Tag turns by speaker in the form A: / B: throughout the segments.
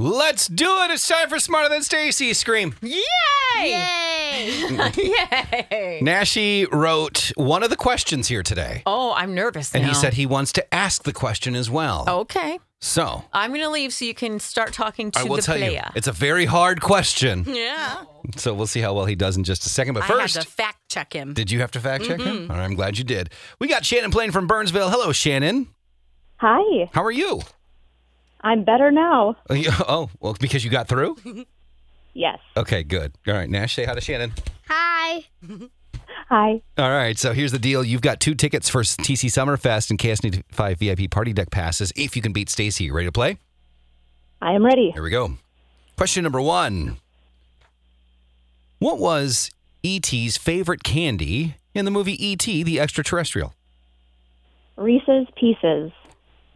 A: Let's do it. It's time for Smarter Than Stacy Scream.
B: Yay!
C: Yay!
B: Yay!
A: Nashi wrote one of the questions here today.
B: Oh, I'm nervous
A: And
B: now.
A: he said he wants to ask the question as well.
B: "Okay,
A: So
B: I'm gonna leave so you can start talking to
A: I will
B: the
A: tell you,
B: player."
A: it's a very hard question.
C: Yeah.
A: So we'll see how well he does in just a second. But
C: I had
A: first,
C: to fact check him.
A: did you have to fact check him? All right, I'm glad you did. We got Shannon playing from Burnsville. Hello, Shannon.
D: Hi,
A: How are you?
D: I'm better now.
A: Oh, you- Oh, well, because you got through?
D: Yes.
A: Okay, good. All right, Nash, say hi to Shannon.
C: Hi.
D: Hi.
A: All right, so here's the deal. You've got two tickets for TC Summerfest and KS95 VIP Party Deck passes if you can beat Stacy. You Ready to play?
D: I am ready.
A: Here we go. Question number one What was E.T.'s favorite candy in the movie E.T. the Extraterrestrial?
D: Reese's Pieces.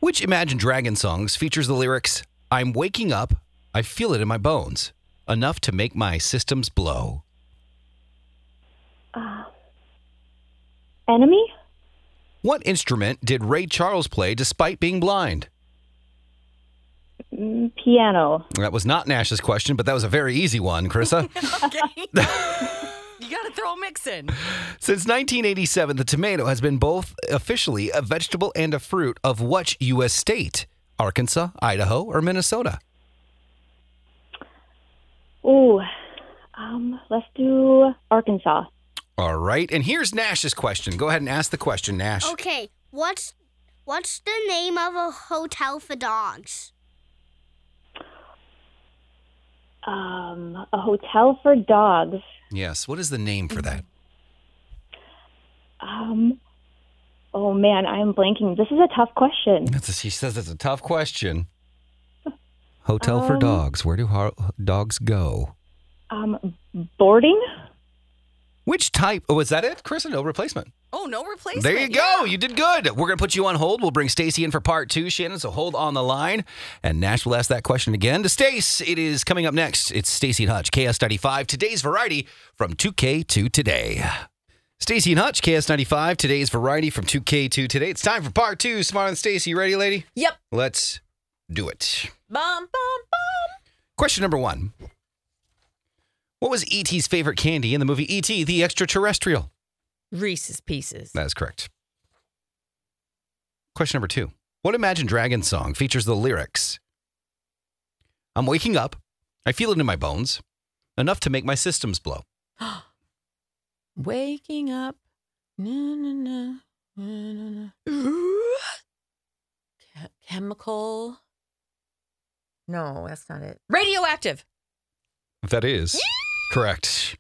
A: Which Imagine Dragon songs features the lyrics, I'm waking up, I feel it in my bones, enough to make my systems blow?
D: Uh, Enemy?
A: What instrument did Ray Charles play despite being blind?
D: Mm, Piano.
A: That was not Nash's question, but that was a very easy one, Carissa.
C: Okay. you got to throw mix in.
A: Since 1987, the tomato has been both officially a vegetable and a fruit of which U.S. state? Arkansas, Idaho, or Minnesota?
D: Ooh. Um, let's do Arkansas.
A: All right, and here's Nash's question. Go ahead and ask the question, Nash.
E: Okay, what's what's the name of a hotel for dogs?
D: Um, a hotel for dogs.
A: Yes, what is the name for that?
D: Um, oh man, I'm blanking. This is a tough question.
A: That's a, she says it's a tough question. Hotel for
D: Um,
A: dogs. Where do ho- dogs go?
D: Um, boarding?
A: Which type? Oh, is that it, Chris? No replacement.
C: Oh, no replacement.
A: There you go. You did good. We're going to put you on hold. We'll bring Stacy in for part two, Shannon. So hold on the line. And Nash will ask that question again to Stace. It is coming up next. It's Stacy and Hutch, KS95, today's variety from 2K to today. Stacy and Hutch, KS95, today's variety from 2K to today. It's time for part two. Smart and Stacy, you ready, lady?
B: Yep.
A: Let's do it.
B: Bum bum bum.
A: Question number one What was E.T.'s favorite candy in the movie E.T., the extraterrestrial?
B: Reese's Pieces.
A: That is correct. Question number two What Imagine Dragons song features the lyrics? I'm waking up. I feel it in my bones. Enough to make my systems blow.
B: Waking up. Na na na na na. na. Che- chemical. No, that's not it. Radioactive.
A: That is correct.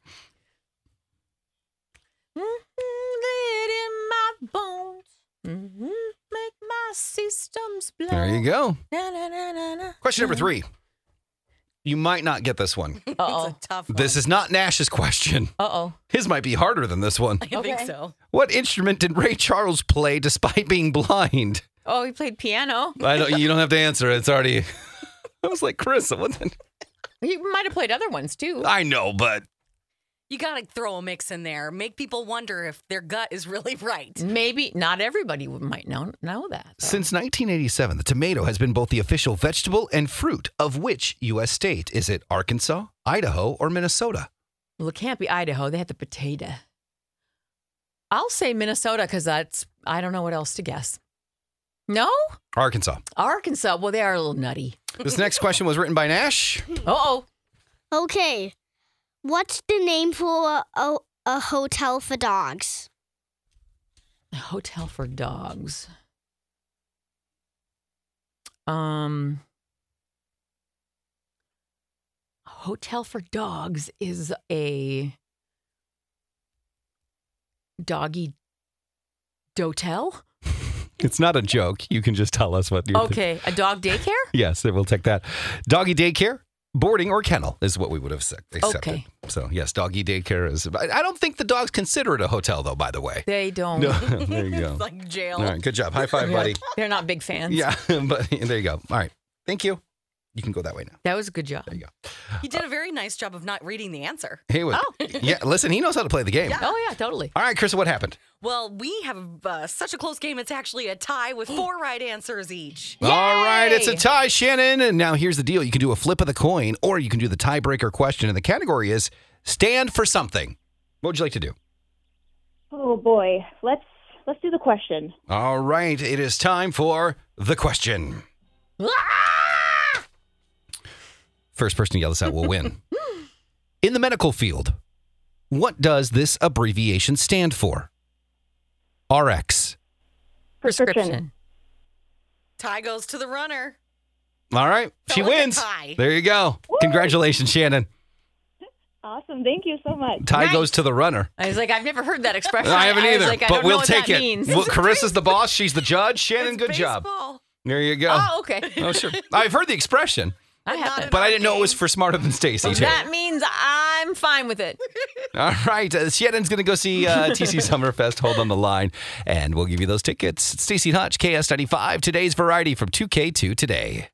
B: Mhm, Lead in my bones. Mhm, Make my systems blow.
A: There you go.
B: Na, na, na, na, na.
A: Question number three. You might not get this one.
B: Uh-oh.
C: It's a tough one.
A: This is not Nash's question.
B: Uh-oh.
A: His might be harder than this one.
C: I think
B: Okay.
C: so.
A: What instrument did Ray Charles play despite being blind?
B: Oh, he played piano.
A: I don't, you don't have to answer. It's already. I was like, Chris, what the?
B: He might have played other ones too.
A: I know, but
C: You got to throw a mix in there. Make people wonder if their gut is really right.
B: Maybe not everybody would- might know know that. though.
A: Since 1987, the tomato has been both the official vegetable and fruit of which U.S. state? Is it Arkansas, Idaho, or Minnesota?
B: well, it can't be Idaho. They had the potato. I'll say Minnesota because that's I don't know what else to guess. No,
A: Arkansas.
B: Arkansas. Well, they are a little nutty.
A: This next question was written by Nash.
B: Uh oh.
E: Okay, what's the name for a, a hotel for dogs?
B: Hotel for dogs. Um, hotel for dogs is a doggy dotel.
A: It's not a joke. You can just tell us what you're
B: Okay, a dog daycare.
A: Yes, we'll take that. Doggy daycare, boarding, or kennel is what we would have sec- accepted.
B: Okay.
A: So, yes, doggy daycare is. I I don't think the dogs consider it a hotel, though, by the way.
B: They don't.
A: No, there you go.
C: It's like jail.
A: All right, good job. High five,
B: Yeah,
A: buddy.
B: They're not big fans.
A: Yeah, but there you go. All right. Thank you. You can go that way now.
B: That was a good job.
A: There you go.
C: You did a very nice job of not reading the answer.
A: Hey, what?
B: Oh.
A: yeah. Listen, he knows how to play the game.
B: Oh yeah, totally.
A: All right, Chris, what happened?
C: Well, we have uh, such a close game. It's actually a tie with four right answers each.
A: All right, it's a
B: Yay!
A: tie, Shannon. And now here's the deal: you can do a flip of the coin, or you can do the tiebreaker question. And the category is stand for something. What would you like to do?
D: Oh boy, let's let's do the question.
A: All right, it is time for the question. Ah! First person to yell this out will win. In the medical field, what does this abbreviation stand for? RX.
B: Prescription.
C: Tie goes to the runner.
A: All right,
C: Felt
A: she
C: like a
A: wins.
C: tie.
A: There you go. Congratulations, Shannon.
D: Awesome, thank you so much.
A: Tie
B: Nice.
A: goes to the runner.
B: I was like, I've never heard that expression.
A: I haven't
B: was
A: either,
B: like, I
A: but
B: don't know
A: we'll
B: what
A: take
B: that
A: it.
B: Means.
A: Well, Carissa's the boss; she's the judge. Shannon,
C: It's
A: good job.
C: baseball.
A: There you go.
B: oh, okay.
A: Oh, sure. I've heard the expression,
B: I
C: not
B: haven't.
A: but I didn't know it was for smarter than Stacy. too.
B: That means I'm fine with it.
A: All right, uh, Shannon's going to go see uh, TC Summerfest. Hold on the line, and we'll give you those tickets. It's Stacy Hutch, KS95. Today's variety from 2K to today.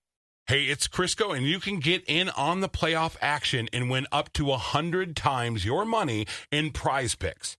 F: Hey, it's Crisco, and you can get in on the playoff action and win up to 100 times your money in prize picks.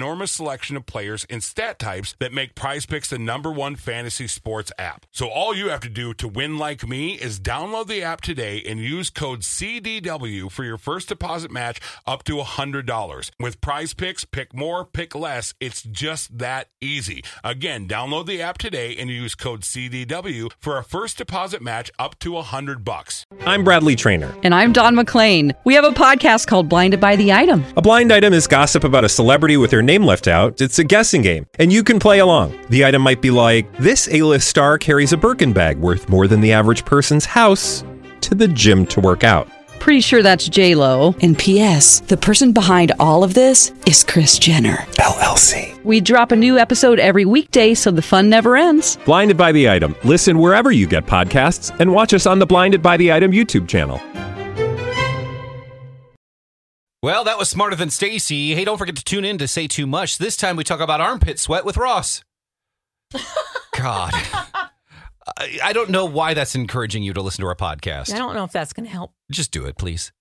F: enormous selection of players and stat types that make prize picks the number one fantasy sports app. So all you have to do to win like me is download the app today and use code CDW for your first deposit match up to $100. With prize picks, pick more, pick less. It's just that easy. Again, download the app today and use code CDW for a first deposit match up to 100 bucks.
G: I'm Bradley Trainer.
H: And I'm Don McClain. We have a podcast called Blinded by the Item.
G: A blind item is gossip about a celebrity with their name left out. It's a guessing game, and you can play along. The item might be like this: A-list star carries a Birkin bag worth more than the average person's house to the gym to work out.
H: Pretty sure that's J Lo.
I: And P.S. The person behind all of this is Chris Jenner.
G: LLC.
H: We drop a new episode every weekday, so the fun never ends.
G: Blinded by the item. Listen wherever you get podcasts, and watch us on the Blinded by the Item YouTube channel.
A: Well, that was smarter than Stacy. Hey, don't forget to tune in to say too much. This time we talk about armpit sweat with Ross. God, I, I don't know why that's encouraging you to listen to our podcast.
B: I don't know if that's going to help.
A: Just do it, please.